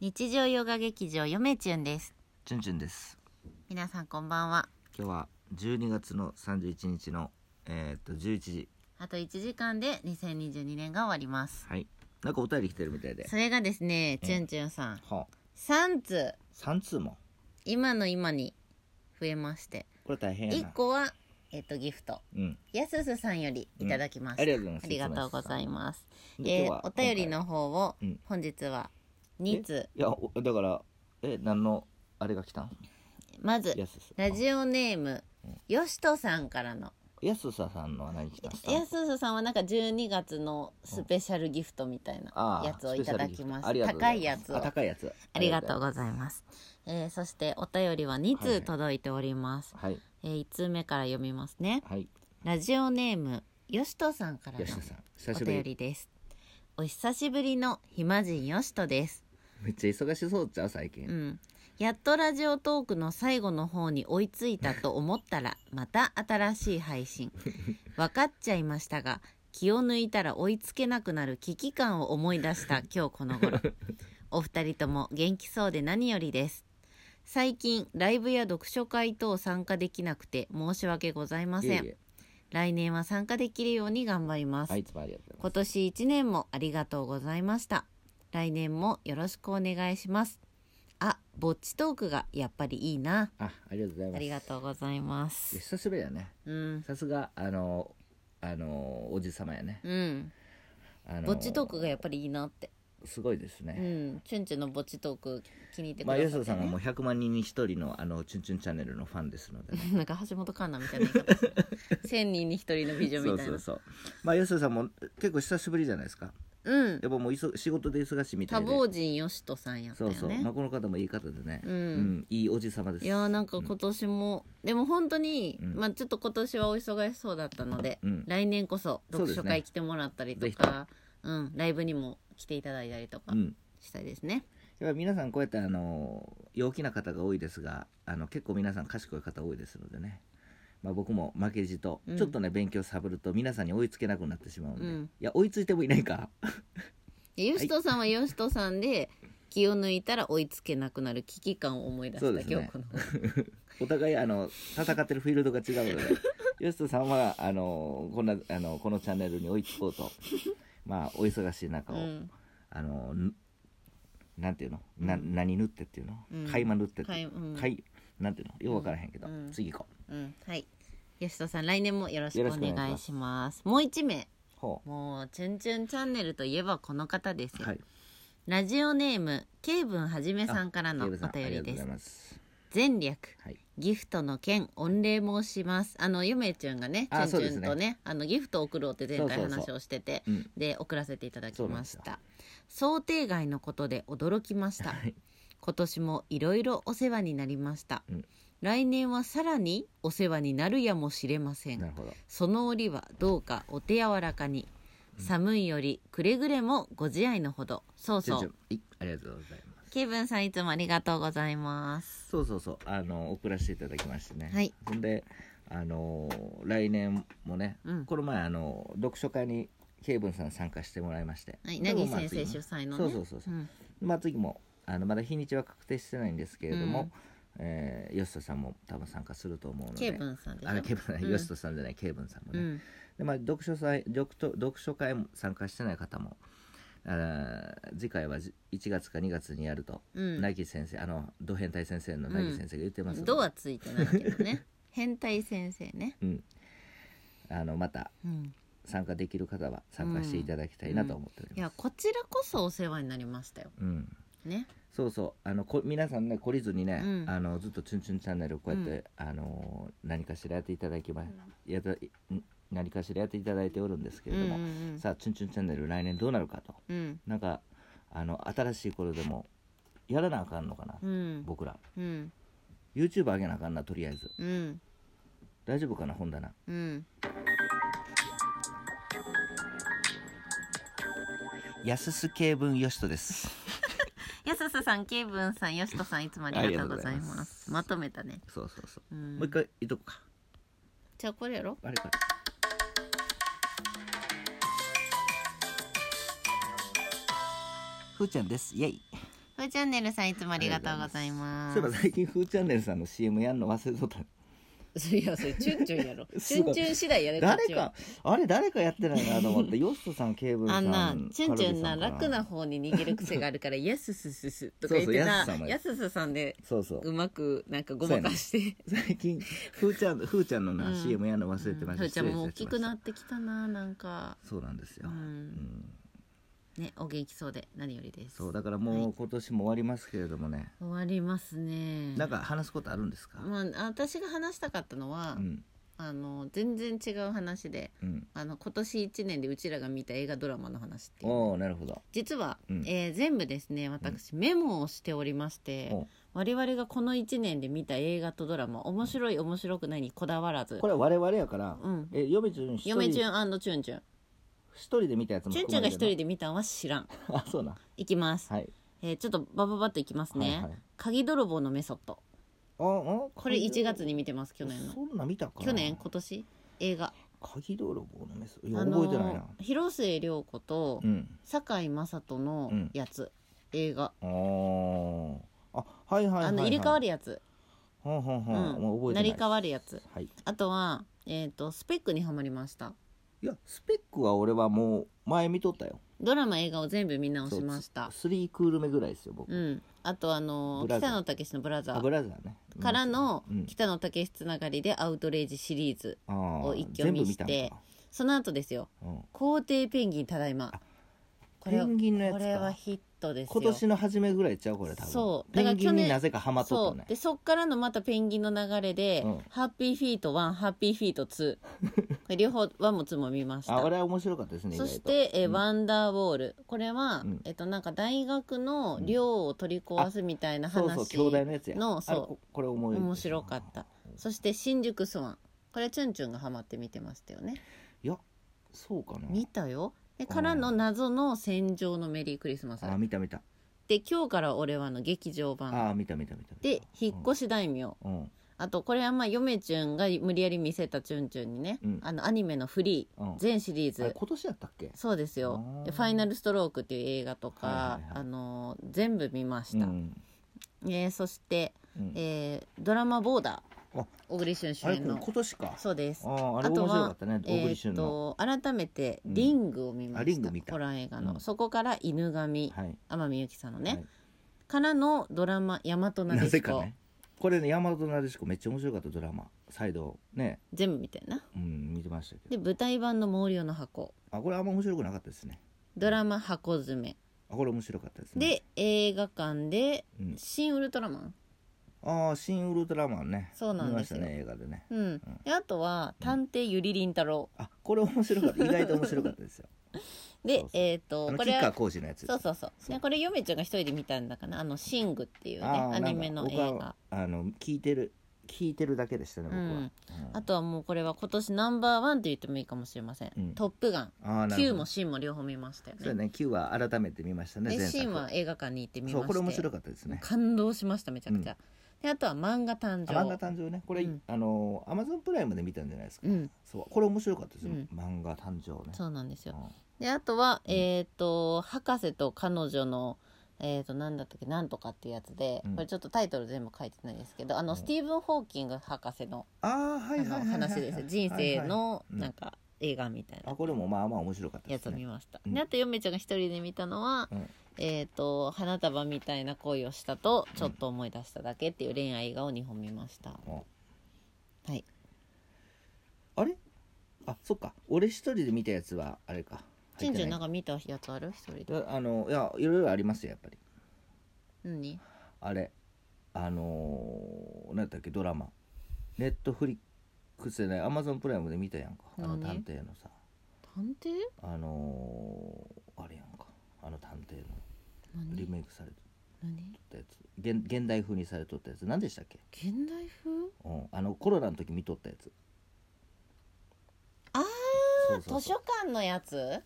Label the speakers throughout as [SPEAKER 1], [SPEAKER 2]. [SPEAKER 1] 日常ヨガ劇場よめちゅんです
[SPEAKER 2] チュンチュンです
[SPEAKER 1] 皆さんこんばんは
[SPEAKER 2] 今日は12月の31日のえーっと11時
[SPEAKER 1] あと1時間で2022年が終わります
[SPEAKER 2] はいなんかお便り来てるみたいで
[SPEAKER 1] それがですねちゅんちゅんさん
[SPEAKER 2] はあ、
[SPEAKER 1] 3通
[SPEAKER 2] 3通も
[SPEAKER 1] 今の今に増えまして
[SPEAKER 2] これ大変やな
[SPEAKER 1] 1個はえっとギフト
[SPEAKER 2] うん
[SPEAKER 1] やすすさんよりいただきました、
[SPEAKER 2] ありがとうございます
[SPEAKER 1] ありがとうござい
[SPEAKER 2] ま
[SPEAKER 1] ます。
[SPEAKER 2] す
[SPEAKER 1] えーお便りの方を
[SPEAKER 2] うん
[SPEAKER 1] 本日は2通、
[SPEAKER 2] いやおだからえ何のあれが来たん
[SPEAKER 1] まず
[SPEAKER 2] やすす
[SPEAKER 1] ラジオネームよしとさんからの
[SPEAKER 2] やすささんのは何来たんですか
[SPEAKER 1] やすすさんはなんか12月のスペシャルギフトみたいな
[SPEAKER 2] あー
[SPEAKER 1] やつをいただきま
[SPEAKER 2] スペシャルギフトあ
[SPEAKER 1] す高
[SPEAKER 2] りがとうござい
[SPEAKER 1] いや
[SPEAKER 2] ます
[SPEAKER 1] つを
[SPEAKER 2] あ高いやつ
[SPEAKER 1] ありがとう
[SPEAKER 2] ざい
[SPEAKER 1] ございます、えーそしてお便りは2
[SPEAKER 2] はいは
[SPEAKER 1] 通
[SPEAKER 2] い
[SPEAKER 1] 届いております、
[SPEAKER 2] ますはい
[SPEAKER 1] えー1通目から読みますね
[SPEAKER 2] はい
[SPEAKER 1] ラジオネームよしとさんからの
[SPEAKER 2] やすさん久し
[SPEAKER 1] お
[SPEAKER 2] ぶ
[SPEAKER 1] 便
[SPEAKER 2] り
[SPEAKER 1] りですお久しぶりの暇人よしとです
[SPEAKER 2] めっちゃ忙しそうちゃう最近、
[SPEAKER 1] うん、やっとラジオトークの最後の方に追いついたと思ったら また新しい配信 分かっちゃいましたが気を抜いたら追いつけなくなる危機感を思い出した 今日この頃お二人とも元気そうで何よりです最近ライブや読書会等参加できなくて申し訳ございま
[SPEAKER 2] いえ
[SPEAKER 1] せん
[SPEAKER 2] いえ
[SPEAKER 1] 来年は参加できるように頑張ります、
[SPEAKER 2] はいいつもありがとうござ
[SPEAKER 1] 今
[SPEAKER 2] い
[SPEAKER 1] 年一年もありがとうございました来年もよろしくお願いしますあぼっちトークがやっぱりいいな
[SPEAKER 2] ますあありがとうございます
[SPEAKER 1] ありがとうございま
[SPEAKER 2] いや
[SPEAKER 1] す
[SPEAKER 2] 久しぶりだね
[SPEAKER 1] うん
[SPEAKER 2] さすがあのあのおじさまやね
[SPEAKER 1] うん
[SPEAKER 2] あの
[SPEAKER 1] ぼっちトークがやっぱりいいなって
[SPEAKER 2] すごいです
[SPEAKER 1] う
[SPEAKER 2] ね、
[SPEAKER 1] んチュンチュンのぼっちトーク気に入ってく
[SPEAKER 2] ま
[SPEAKER 1] ださ
[SPEAKER 2] あ
[SPEAKER 1] って、ね
[SPEAKER 2] よそさんがもう100万人に1人のあのチュンチュンチャンネルのファンですので、ね
[SPEAKER 1] なんか橋本環奈みたいな言い方する 千人に一人の美
[SPEAKER 2] そ
[SPEAKER 1] 女み
[SPEAKER 2] う
[SPEAKER 1] たいな
[SPEAKER 2] そううそうまあよそさんも結構久しぶりじゃないですか
[SPEAKER 1] ん
[SPEAKER 2] やっぱもういそ仕事で忙しいみた
[SPEAKER 1] 多
[SPEAKER 2] いで
[SPEAKER 1] 忙人よしとさんやった
[SPEAKER 2] そ
[SPEAKER 1] よ
[SPEAKER 2] う
[SPEAKER 1] ね
[SPEAKER 2] そう、まあ、この方もいい方でね、
[SPEAKER 1] うん
[SPEAKER 2] いいおじさまです
[SPEAKER 1] いやーなんか今年も、でも本当に、
[SPEAKER 2] うん
[SPEAKER 1] まあちょっと今年はお忙しそうだったので、
[SPEAKER 2] うん
[SPEAKER 1] 来年こそ
[SPEAKER 2] そう
[SPEAKER 1] 読
[SPEAKER 2] です
[SPEAKER 1] 書
[SPEAKER 2] ね
[SPEAKER 1] 会来てもらったりと
[SPEAKER 2] ぜひと
[SPEAKER 1] かう、ん、ライブにも来ていただいたりとか
[SPEAKER 2] うん
[SPEAKER 1] したいですね。
[SPEAKER 2] やっぱ皆さんこうやってあの陽気な方が多いですがあの結構皆さん賢い方多いですのでね、まあ、僕も負けじと、
[SPEAKER 1] うん
[SPEAKER 2] ちょっとね勉強さぶると皆さんに追いつけなくなってしまうんで、
[SPEAKER 1] うん
[SPEAKER 2] いや追いついてもいないか
[SPEAKER 1] でよしとさんはよしとさんで気を抜いたら追いつけなくなる危機感を思い出した、
[SPEAKER 2] そうですね
[SPEAKER 1] 今日この頃
[SPEAKER 2] お互いあの戦ってるフィールドが違う ので吉田さんはあのこんなあのこのチャンネルに追いつこうとまあお忙しい中を、
[SPEAKER 1] うん
[SPEAKER 2] あのぬなんていうの、な
[SPEAKER 1] うん
[SPEAKER 2] 何縫ってっていうの、
[SPEAKER 1] うん
[SPEAKER 2] 買いま縫ってって、
[SPEAKER 1] はい、うん
[SPEAKER 2] かいなんていうのよく分からへんけど、
[SPEAKER 1] うん
[SPEAKER 2] 次行こ
[SPEAKER 1] うん、はい。よしとさん来年もよろしく
[SPEAKER 2] よ
[SPEAKER 1] お
[SPEAKER 2] ろしくお願いしま
[SPEAKER 1] 願いしま
[SPEAKER 2] す
[SPEAKER 1] す。もう一名、
[SPEAKER 2] うほ
[SPEAKER 1] もうチュンチュンチャンネルといえばこの方です
[SPEAKER 2] う
[SPEAKER 1] よ。
[SPEAKER 2] はい
[SPEAKER 1] ラジオネームケイブンはじめさんからのお
[SPEAKER 2] ケイブ
[SPEAKER 1] 便
[SPEAKER 2] さんあり
[SPEAKER 1] り
[SPEAKER 2] がとう
[SPEAKER 1] で
[SPEAKER 2] ござ
[SPEAKER 1] す
[SPEAKER 2] います
[SPEAKER 1] 前略
[SPEAKER 2] はい
[SPEAKER 1] ギフトの件御礼申しますあのゆめちゅんがねち
[SPEAKER 2] あ
[SPEAKER 1] ゅんち
[SPEAKER 2] そうで
[SPEAKER 1] ゅ
[SPEAKER 2] す
[SPEAKER 1] ん
[SPEAKER 2] ね
[SPEAKER 1] とねあのギフトを送ろうって前回
[SPEAKER 2] そうそうそう
[SPEAKER 1] 話をしてて
[SPEAKER 2] うん
[SPEAKER 1] で送らせていただきまし
[SPEAKER 2] そう
[SPEAKER 1] た想定外のことで驚きました
[SPEAKER 2] はい
[SPEAKER 1] 今年もいろいろお世話になりました、
[SPEAKER 2] うん
[SPEAKER 1] 来年はさらにお世話になるやもしれません
[SPEAKER 2] なるほど
[SPEAKER 1] その折はどうかお手柔らかに寒いよりくれぐれもご自愛のほどそう
[SPEAKER 2] ちょん
[SPEAKER 1] そ
[SPEAKER 2] ちょ
[SPEAKER 1] うん
[SPEAKER 2] いありがとうございます
[SPEAKER 1] ケイブンさんいつもありがとうございます
[SPEAKER 2] そうそうそうあの送らせていただきましてね
[SPEAKER 1] はい
[SPEAKER 2] ほんであの来年もね、
[SPEAKER 1] うん
[SPEAKER 2] この前あの読書会にケイブンさん参加してもらいまして、
[SPEAKER 1] はい、
[SPEAKER 2] で
[SPEAKER 1] な
[SPEAKER 2] も
[SPEAKER 1] ぎ
[SPEAKER 2] まあ
[SPEAKER 1] 先生
[SPEAKER 2] 次
[SPEAKER 1] 主
[SPEAKER 2] も
[SPEAKER 1] 催のね
[SPEAKER 2] そうそうそうそう
[SPEAKER 1] うん
[SPEAKER 2] まあ次もあのまだ日にちは確定してないんですけれども、えー、吉田さんも多分参加すると思うので
[SPEAKER 1] ケイブンさんでしょ
[SPEAKER 2] あケイブンさん、
[SPEAKER 1] うん
[SPEAKER 2] 吉田さんじゃないケイブンさんも
[SPEAKER 1] う
[SPEAKER 2] ね、
[SPEAKER 1] ん
[SPEAKER 2] でまあ、読書祭読と読書会も参加してない方もあー次回はじ1月か2月にやると、
[SPEAKER 1] うん
[SPEAKER 2] ナギ先生あのド変態先生のナギ先生が言ってますので
[SPEAKER 1] ドはついてないけど ね変態先生ね、
[SPEAKER 2] うん、あのまた
[SPEAKER 1] うん、
[SPEAKER 2] 参加できる方は参加していただきたいなと思ってお
[SPEAKER 1] い
[SPEAKER 2] りま
[SPEAKER 1] や
[SPEAKER 2] す、
[SPEAKER 1] こちらこそお世話になりましたよ
[SPEAKER 2] うん
[SPEAKER 1] ね
[SPEAKER 2] そうそうあのこ皆さんね懲りずにね、
[SPEAKER 1] うん
[SPEAKER 2] あのずっと「チュンチュンチャンネル」こうやって、あの何かしらやっていただきま、やたん何かしらやっていただいておるんですけ
[SPEAKER 1] うん
[SPEAKER 2] れ
[SPEAKER 1] う
[SPEAKER 2] ど
[SPEAKER 1] ん
[SPEAKER 2] も、
[SPEAKER 1] うん
[SPEAKER 2] さあ「チュンチュンチャンネル」来年どうなるかと
[SPEAKER 1] うん
[SPEAKER 2] なんかあの新しい頃でもやらなあかんのかな、
[SPEAKER 1] うん
[SPEAKER 2] 僕ら
[SPEAKER 1] うん
[SPEAKER 2] YouTube 上げなあかんなとりあえず
[SPEAKER 1] うん
[SPEAKER 2] 大丈夫かな本棚
[SPEAKER 1] うん
[SPEAKER 2] 安須慶文義人です
[SPEAKER 1] やすすさんケイブンさんよしとさんいつもありがとうございます
[SPEAKER 2] ありがとうござ
[SPEAKER 1] ま
[SPEAKER 2] います
[SPEAKER 1] とめたね、
[SPEAKER 2] そうそうそう、
[SPEAKER 1] うん、
[SPEAKER 2] もう一回いっとこうか
[SPEAKER 1] じゃあこれやろ
[SPEAKER 2] あれこれふーちゃんですイエイ
[SPEAKER 1] ふーチャンネルさんいつもありがとうございます。
[SPEAKER 2] そういえば最近、フーチャンネルさんの CM やんの忘れとっ た。
[SPEAKER 1] いや、それ、チュンチュンやろ。チ
[SPEAKER 2] す
[SPEAKER 1] ュ
[SPEAKER 2] ご
[SPEAKER 1] ン
[SPEAKER 2] い
[SPEAKER 1] チュン次第やで、こっ
[SPEAKER 2] 誰
[SPEAKER 1] ちは
[SPEAKER 2] か。、あれ誰かやってないなと思って、ヨットさん、ケーブルさ
[SPEAKER 1] あ
[SPEAKER 2] ん。
[SPEAKER 1] んな、チュンチュンな
[SPEAKER 2] カルビさんか
[SPEAKER 1] 楽な。方に逃げる癖があるから、やすすすすとか言ってな
[SPEAKER 2] そうそう、
[SPEAKER 1] や
[SPEAKER 2] や
[SPEAKER 1] すすさんで、
[SPEAKER 2] そうそう。
[SPEAKER 1] うまく、なんかごまかして。
[SPEAKER 2] 最近、フーちゃん、フーちゃんのな、
[SPEAKER 1] うん
[SPEAKER 2] CM やんの忘れてました。
[SPEAKER 1] ふーちゃんも大
[SPEAKER 2] 失
[SPEAKER 1] き
[SPEAKER 2] 礼
[SPEAKER 1] く
[SPEAKER 2] しま
[SPEAKER 1] なってきたな、なんか。
[SPEAKER 2] した。そうなんです
[SPEAKER 1] う。
[SPEAKER 2] よ。うんん
[SPEAKER 1] ね、お元気そうで、何よりです。
[SPEAKER 2] そう、
[SPEAKER 1] 終
[SPEAKER 2] だから
[SPEAKER 1] は
[SPEAKER 2] も
[SPEAKER 1] いう
[SPEAKER 2] 今年も終わりますけれどもね。
[SPEAKER 1] わりますね。
[SPEAKER 2] なんか話すことあるんですか
[SPEAKER 1] まあ、私が話したかったのは、
[SPEAKER 2] うん。
[SPEAKER 1] あの全然違う話で
[SPEAKER 2] うん。
[SPEAKER 1] あの今年1年でうちらが見た映画ドラマの話っていう
[SPEAKER 2] おおなるほど。
[SPEAKER 1] 実は、
[SPEAKER 2] うん
[SPEAKER 1] えー全部ですね私メモをしておりまして、
[SPEAKER 2] お
[SPEAKER 1] 我々がこの1年で見た映画とドラマ面白い面白くないにこだわらず
[SPEAKER 2] これは我々やから、
[SPEAKER 1] うん
[SPEAKER 2] え、嫁ちゅん一
[SPEAKER 1] 嫁チ
[SPEAKER 2] 人、
[SPEAKER 1] ュンチュンチュン
[SPEAKER 2] 一人で見たやつも
[SPEAKER 1] チュンチュンが一人で見たんは知らん
[SPEAKER 2] 人。あ、そうな。
[SPEAKER 1] いきます、
[SPEAKER 2] はい。
[SPEAKER 1] えーちょっとバババッといきますね、
[SPEAKER 2] はいはい
[SPEAKER 1] 鍵泥棒のメソッド
[SPEAKER 2] あ、あ、
[SPEAKER 1] これ1月
[SPEAKER 2] に
[SPEAKER 1] に見てます去年の
[SPEAKER 2] そんな見たかな
[SPEAKER 1] 去年今年映画
[SPEAKER 2] 鍵泥棒のメス。いや、
[SPEAKER 1] あ
[SPEAKER 2] 覚
[SPEAKER 1] の
[SPEAKER 2] えてないな。
[SPEAKER 1] 広末涼子と、
[SPEAKER 2] うん。
[SPEAKER 1] 堺雅人のやつ、映画、
[SPEAKER 2] あーあ、はいはいはい、はい。
[SPEAKER 1] あの入れ替わるやつ、
[SPEAKER 2] はんはん
[SPEAKER 1] う、
[SPEAKER 2] はん、もうん覚
[SPEAKER 1] 成
[SPEAKER 2] えてな
[SPEAKER 1] り
[SPEAKER 2] い
[SPEAKER 1] 替わるやつ
[SPEAKER 2] はい、
[SPEAKER 1] あとはえっ、とスペックにはまりました
[SPEAKER 2] いやスペックは俺はもう前見とったよ
[SPEAKER 1] ドラマ映画を全部見直しました
[SPEAKER 2] そうスリークール目ぐらいですよ僕、
[SPEAKER 1] うんあとあの
[SPEAKER 2] ブラザー
[SPEAKER 1] 北野武のブラザ
[SPEAKER 2] あ
[SPEAKER 1] ー
[SPEAKER 2] ブラザーね
[SPEAKER 1] からの
[SPEAKER 2] うん
[SPEAKER 1] 北野武つながりでアウトレイジシリーズ
[SPEAKER 2] あー
[SPEAKER 1] を一挙見して
[SPEAKER 2] 全部見たんか
[SPEAKER 1] その後ですよ
[SPEAKER 2] うん
[SPEAKER 1] 皇帝ペンギンただいまこれ
[SPEAKER 2] ペ
[SPEAKER 1] は
[SPEAKER 2] ンギンのやつ
[SPEAKER 1] これは
[SPEAKER 2] か
[SPEAKER 1] ヒットですよ
[SPEAKER 2] 今年の初めぐらいちゃうこれ多分
[SPEAKER 1] そうだか
[SPEAKER 2] ペ
[SPEAKER 1] ら
[SPEAKER 2] ンギン
[SPEAKER 1] 去年
[SPEAKER 2] になぜかハマっとっ
[SPEAKER 1] そ
[SPEAKER 2] たね
[SPEAKER 1] うでそっからのまたペンギンの流れで、
[SPEAKER 2] うん
[SPEAKER 1] ハッピーフィート1ハッピーフィート2 これ両方1も2も見まし
[SPEAKER 2] あ
[SPEAKER 1] た
[SPEAKER 2] 俺は面白かったですね
[SPEAKER 1] そして、えー
[SPEAKER 2] うん
[SPEAKER 1] ワンダーウォール」これは、
[SPEAKER 2] うん
[SPEAKER 1] えっと、なんか大学の寮を取り壊すみたいな
[SPEAKER 2] 意外と
[SPEAKER 1] 話、
[SPEAKER 2] そうそう兄弟のやつや
[SPEAKER 1] のそう
[SPEAKER 2] あれここれ思い
[SPEAKER 1] 面白かったそして「新宿スワン」これチュンチュンがハマって見てましたよね
[SPEAKER 2] いやそうかな
[SPEAKER 1] 見たよでからの謎の「戦場のメリークリスマス
[SPEAKER 2] あ」見た見た
[SPEAKER 1] で「今日から俺は」の劇場版
[SPEAKER 2] あー見た見た見た見た
[SPEAKER 1] で「引っ越し大名」
[SPEAKER 2] うん
[SPEAKER 1] あとこれはまあ嫁チュンが無理やり見せたチュンチュンにね、
[SPEAKER 2] うん
[SPEAKER 1] あのアニメのフリ
[SPEAKER 2] う
[SPEAKER 1] ー
[SPEAKER 2] ん
[SPEAKER 1] 全シリー
[SPEAKER 2] あれ
[SPEAKER 1] ズ
[SPEAKER 2] 今年やったっけ
[SPEAKER 1] そうですよ
[SPEAKER 2] あ
[SPEAKER 1] 「
[SPEAKER 2] ー
[SPEAKER 1] でファイナルストローク」っていう映画とか、
[SPEAKER 2] はいはいはい
[SPEAKER 1] あのー全部見ました、
[SPEAKER 2] うん
[SPEAKER 1] えーそして、
[SPEAKER 2] うん
[SPEAKER 1] えードラマ「ボーダー
[SPEAKER 2] あ」
[SPEAKER 1] 小栗旬主
[SPEAKER 2] あれ
[SPEAKER 1] 演
[SPEAKER 2] 今
[SPEAKER 1] の
[SPEAKER 2] 年か
[SPEAKER 1] そうです
[SPEAKER 2] あああれ
[SPEAKER 1] あと
[SPEAKER 2] 面白
[SPEAKER 1] は
[SPEAKER 2] かったね小
[SPEAKER 1] え
[SPEAKER 2] 栗
[SPEAKER 1] ー
[SPEAKER 2] 旬
[SPEAKER 1] っと
[SPEAKER 2] の、
[SPEAKER 1] 改めて「リング」を見ま
[SPEAKER 2] あリ
[SPEAKER 1] し
[SPEAKER 2] ン
[SPEAKER 1] た,、
[SPEAKER 2] グ見た
[SPEAKER 1] ホラー映画の、
[SPEAKER 2] うん
[SPEAKER 1] そこから「犬神」
[SPEAKER 2] はい
[SPEAKER 1] 天海祐希さんのね、
[SPEAKER 2] はい
[SPEAKER 1] からのドラマ「大和な
[SPEAKER 2] な
[SPEAKER 1] で
[SPEAKER 2] ぜ
[SPEAKER 1] し
[SPEAKER 2] か
[SPEAKER 1] こ」
[SPEAKER 2] ねこれね大和なでしこめっちゃ面白かったドラマ再度ね
[SPEAKER 1] 全部見てんな
[SPEAKER 2] うん見てましたけど
[SPEAKER 1] で舞台版の「毛量の箱」
[SPEAKER 2] あこれあんま面白くなかったですね
[SPEAKER 1] ドラマ箱詰め
[SPEAKER 2] あこれ面白かったですね
[SPEAKER 1] で映画館で
[SPEAKER 2] うん
[SPEAKER 1] 「新ウルトラマン
[SPEAKER 2] ああ新ウルトラマンね
[SPEAKER 1] そうなんですよ
[SPEAKER 2] 見ましたね映画でね」
[SPEAKER 1] うんであとは「探偵ゆりりん太郎
[SPEAKER 2] あこれ面白かった意外と面白かったです よ」
[SPEAKER 1] で
[SPEAKER 2] そうそう
[SPEAKER 1] えっ
[SPEAKER 2] あ
[SPEAKER 1] と
[SPEAKER 2] の
[SPEAKER 1] こ
[SPEAKER 2] キ
[SPEAKER 1] れ
[SPEAKER 2] ッカー
[SPEAKER 1] は
[SPEAKER 2] 講師のやつ
[SPEAKER 1] そうそうそう
[SPEAKER 2] そう
[SPEAKER 1] でこれ嫁ちゃんが一人で見たんだかなあの「シング」っていうね
[SPEAKER 2] あー
[SPEAKER 1] アニメの映
[SPEAKER 2] なん
[SPEAKER 1] 画
[SPEAKER 2] か僕はあの聞いてる聞いてるだけでしたね僕は、
[SPEAKER 1] うん
[SPEAKER 2] うん
[SPEAKER 1] あとはもうこれは今年ナンバーワンと言ってもいいかもしれません「
[SPEAKER 2] うん
[SPEAKER 1] トップガン」
[SPEAKER 2] あーなるほど
[SPEAKER 1] Q も「シン」も両方見ましたよ
[SPEAKER 2] そうだ
[SPEAKER 1] ね
[SPEAKER 2] ね9は改めて見ましたね
[SPEAKER 1] で「
[SPEAKER 2] 前
[SPEAKER 1] シン」は
[SPEAKER 2] 作
[SPEAKER 1] 映画館に行って見ま
[SPEAKER 2] そうこれ面
[SPEAKER 1] して
[SPEAKER 2] 白かったです
[SPEAKER 1] もう
[SPEAKER 2] ね
[SPEAKER 1] 感動しましためちゃくちゃであとは漫画誕
[SPEAKER 2] 漫画
[SPEAKER 1] 生
[SPEAKER 2] 誕生ねこれ、
[SPEAKER 1] うん
[SPEAKER 2] あのアマゾンプライムで見たんじゃないですか、
[SPEAKER 1] うん
[SPEAKER 2] そうこれ面白かったですよ、
[SPEAKER 1] うん
[SPEAKER 2] 漫画誕生ね
[SPEAKER 1] そうなんですよ
[SPEAKER 2] うん
[SPEAKER 1] であとは、
[SPEAKER 2] うん
[SPEAKER 1] えっ、と博士と彼女のえっ、となんだったっけなんとかっていうやつで、
[SPEAKER 2] うん
[SPEAKER 1] これちょっとタイトル全部書いてないですけどあの、
[SPEAKER 2] うん
[SPEAKER 1] スティーブン・ホーキング博士の
[SPEAKER 2] ああは
[SPEAKER 1] あ
[SPEAKER 2] いはいはい
[SPEAKER 1] の
[SPEAKER 2] はい
[SPEAKER 1] 話ですよ人生
[SPEAKER 2] はいはい
[SPEAKER 1] の
[SPEAKER 2] うん
[SPEAKER 1] なんか映画みたい
[SPEAKER 2] あ
[SPEAKER 1] な
[SPEAKER 2] これもまあまあ面白かった
[SPEAKER 1] や
[SPEAKER 2] で
[SPEAKER 1] つ
[SPEAKER 2] す
[SPEAKER 1] を見
[SPEAKER 2] ね
[SPEAKER 1] ました、
[SPEAKER 2] うん
[SPEAKER 1] であと嫁ちゃんが一人で見たのは、
[SPEAKER 2] うん
[SPEAKER 1] えっ、と花束みたいな恋をしたとちょっと思い出しただけっていう恋愛映画を2本見ました、
[SPEAKER 2] うん
[SPEAKER 1] はい
[SPEAKER 2] あれあそっか俺一人で見たやつはあれか
[SPEAKER 1] ちんちゃんなん
[SPEAKER 2] か
[SPEAKER 1] か見たやつある一人で
[SPEAKER 2] あのいやいろいろありますよやっぱり
[SPEAKER 1] 何
[SPEAKER 2] あれあのー、何だっけドラマネットフリックスでないアマゾンプライムで見たやんかあの探
[SPEAKER 1] 何
[SPEAKER 2] 偵のさ
[SPEAKER 1] 探偵
[SPEAKER 2] あのー、あれやんかあの探偵のリ
[SPEAKER 1] 何
[SPEAKER 2] メイクされて
[SPEAKER 1] 何
[SPEAKER 2] たやつ現現代風にされとったやつ何でしたっけ、
[SPEAKER 1] 現代風
[SPEAKER 2] うん、あのコロナの時見とったやつ
[SPEAKER 1] あー
[SPEAKER 2] そうそう
[SPEAKER 1] 図
[SPEAKER 2] そう
[SPEAKER 1] 書館のやつ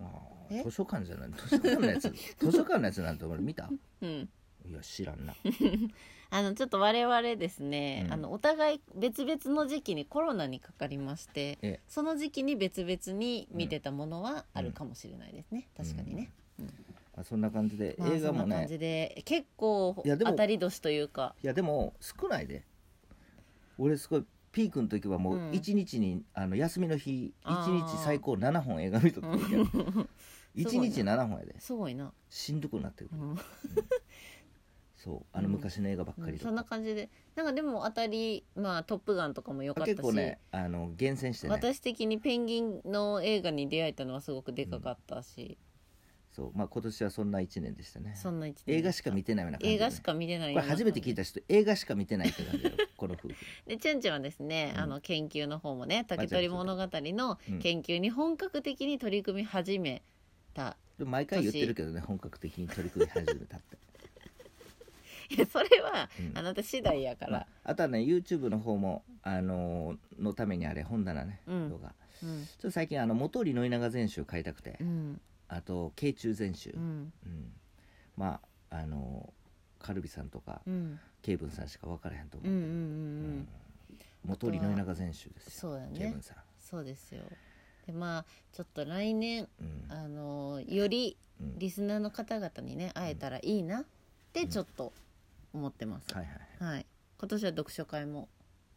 [SPEAKER 2] あ
[SPEAKER 1] え
[SPEAKER 2] ー図書館じゃない図書館 のやつ図書館のやつなんて俺見た
[SPEAKER 1] うん
[SPEAKER 2] いや知 らんな
[SPEAKER 1] あのちょっと我々ですね、
[SPEAKER 2] うん
[SPEAKER 1] あのお互い別々の時期にコロナにかかりまして
[SPEAKER 2] ええ
[SPEAKER 1] その時期に別々に見てたものはあるかもしれないですね、確かにね、
[SPEAKER 2] まあ、そんな感じで、
[SPEAKER 1] まあ
[SPEAKER 2] 映画も
[SPEAKER 1] そんな
[SPEAKER 2] ね
[SPEAKER 1] 感じで結構
[SPEAKER 2] いやでも
[SPEAKER 1] 当たり年というか
[SPEAKER 2] いやでも少ないで俺すごいピークの時はもう
[SPEAKER 1] うん
[SPEAKER 2] 1日に、あの休みの日
[SPEAKER 1] あー
[SPEAKER 2] 1日最高7本映画見とった時や
[SPEAKER 1] す
[SPEAKER 2] 1
[SPEAKER 1] ごい
[SPEAKER 2] 日7本やです
[SPEAKER 1] ごいな、
[SPEAKER 2] しんどくなってく
[SPEAKER 1] う
[SPEAKER 2] る
[SPEAKER 1] ん
[SPEAKER 2] そうあの
[SPEAKER 1] うん
[SPEAKER 2] 昔の映画ばっかり
[SPEAKER 1] そんな感じでなんかでも当たりまあ「トップガン」とかも良かったし
[SPEAKER 2] 結構ねあの厳選してね
[SPEAKER 1] 私的にペンギンの映画に出会えたのはすごくでかかったし、
[SPEAKER 2] そうまあ今年はそんな1年でしたね
[SPEAKER 1] そんな一年
[SPEAKER 2] 映画しか見てないような感じ、
[SPEAKER 1] 映画しか見れない
[SPEAKER 2] これ初めて聞いた人映画しか見てないって感じよ この夫婦
[SPEAKER 1] でチュンチュンはですね、
[SPEAKER 2] うん
[SPEAKER 1] あの研究の方もね竹取物語の
[SPEAKER 2] うん
[SPEAKER 1] 研究に本格的に取り組み始めた、
[SPEAKER 2] でも毎回言ってるけどね本格的に取り組み始めたって、
[SPEAKER 1] いやそれは
[SPEAKER 2] うん
[SPEAKER 1] あなた次第やか
[SPEAKER 2] ま
[SPEAKER 1] ら
[SPEAKER 2] あ、、あとはね YouTube の方もあのーのためにあれ本棚ね、
[SPEAKER 1] うん
[SPEAKER 2] 動画
[SPEAKER 1] うん
[SPEAKER 2] ちょっと最近あの元利宣長全集買いたくて、
[SPEAKER 1] うん
[SPEAKER 2] あと慶中全集、
[SPEAKER 1] う
[SPEAKER 2] うん
[SPEAKER 1] ん
[SPEAKER 2] まああのーカルビさんとか
[SPEAKER 1] うん
[SPEAKER 2] 慶文さんしか分からへんと思
[SPEAKER 1] う
[SPEAKER 2] う、
[SPEAKER 1] んうんうん
[SPEAKER 2] う
[SPEAKER 1] うん
[SPEAKER 2] ん元利宣長全集ですよ
[SPEAKER 1] そうだ
[SPEAKER 2] 慶
[SPEAKER 1] ね
[SPEAKER 2] 文さん、
[SPEAKER 1] そうですよでまあちょっと来年
[SPEAKER 2] うん
[SPEAKER 1] あのより
[SPEAKER 2] うん
[SPEAKER 1] リスナーの方々にね会えたらいいなってちょっと思ってます、
[SPEAKER 2] はいはい
[SPEAKER 1] はい、今年は読書会も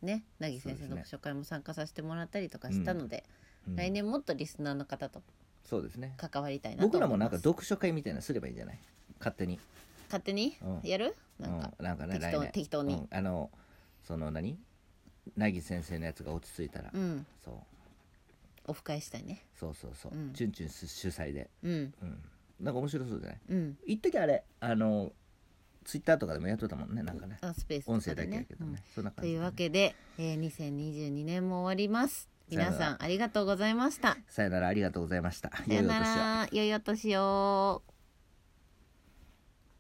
[SPEAKER 1] ね凪先
[SPEAKER 2] そ
[SPEAKER 1] 生
[SPEAKER 2] うですね
[SPEAKER 1] 読書会も参加させてもらったりとかしたので、
[SPEAKER 2] うん
[SPEAKER 1] 来年もっとリスナーの方と
[SPEAKER 2] そうですね
[SPEAKER 1] 関わりたいなと
[SPEAKER 2] 僕
[SPEAKER 1] 思
[SPEAKER 2] ら
[SPEAKER 1] いま
[SPEAKER 2] もなん
[SPEAKER 1] す
[SPEAKER 2] か読書会みたいなのすればいいんじゃない勝手に
[SPEAKER 1] 勝手に
[SPEAKER 2] うん
[SPEAKER 1] やる、なんか、
[SPEAKER 2] うん、なんかね
[SPEAKER 1] 適当
[SPEAKER 2] 来年
[SPEAKER 1] 適当に
[SPEAKER 2] うんあのその何なぎ先生のやつが落ち着いたら、
[SPEAKER 1] うん
[SPEAKER 2] そう
[SPEAKER 1] オフ会したいね
[SPEAKER 2] そうそうそう、
[SPEAKER 1] うん
[SPEAKER 2] チュンチュンす主催で、
[SPEAKER 1] うん
[SPEAKER 2] うん、なんか面白そうじゃない
[SPEAKER 1] うん
[SPEAKER 2] 一時あれあのツイッターとかでもやっとったもんねなんかね
[SPEAKER 1] あスペースとか
[SPEAKER 2] 音声だ
[SPEAKER 1] で
[SPEAKER 2] けや
[SPEAKER 1] ね
[SPEAKER 2] けどね、そん
[SPEAKER 1] う
[SPEAKER 2] な
[SPEAKER 1] ん
[SPEAKER 2] 感
[SPEAKER 1] とい
[SPEAKER 2] じだ
[SPEAKER 1] う
[SPEAKER 2] ね、
[SPEAKER 1] わけで、えー、2022年も終わります皆
[SPEAKER 2] さよ
[SPEAKER 1] さ
[SPEAKER 2] なん
[SPEAKER 1] ありがとうございました
[SPEAKER 2] さよならありがとうございました
[SPEAKER 1] さよな
[SPEAKER 2] 良いお年
[SPEAKER 1] ら
[SPEAKER 2] を
[SPEAKER 1] 良いお年を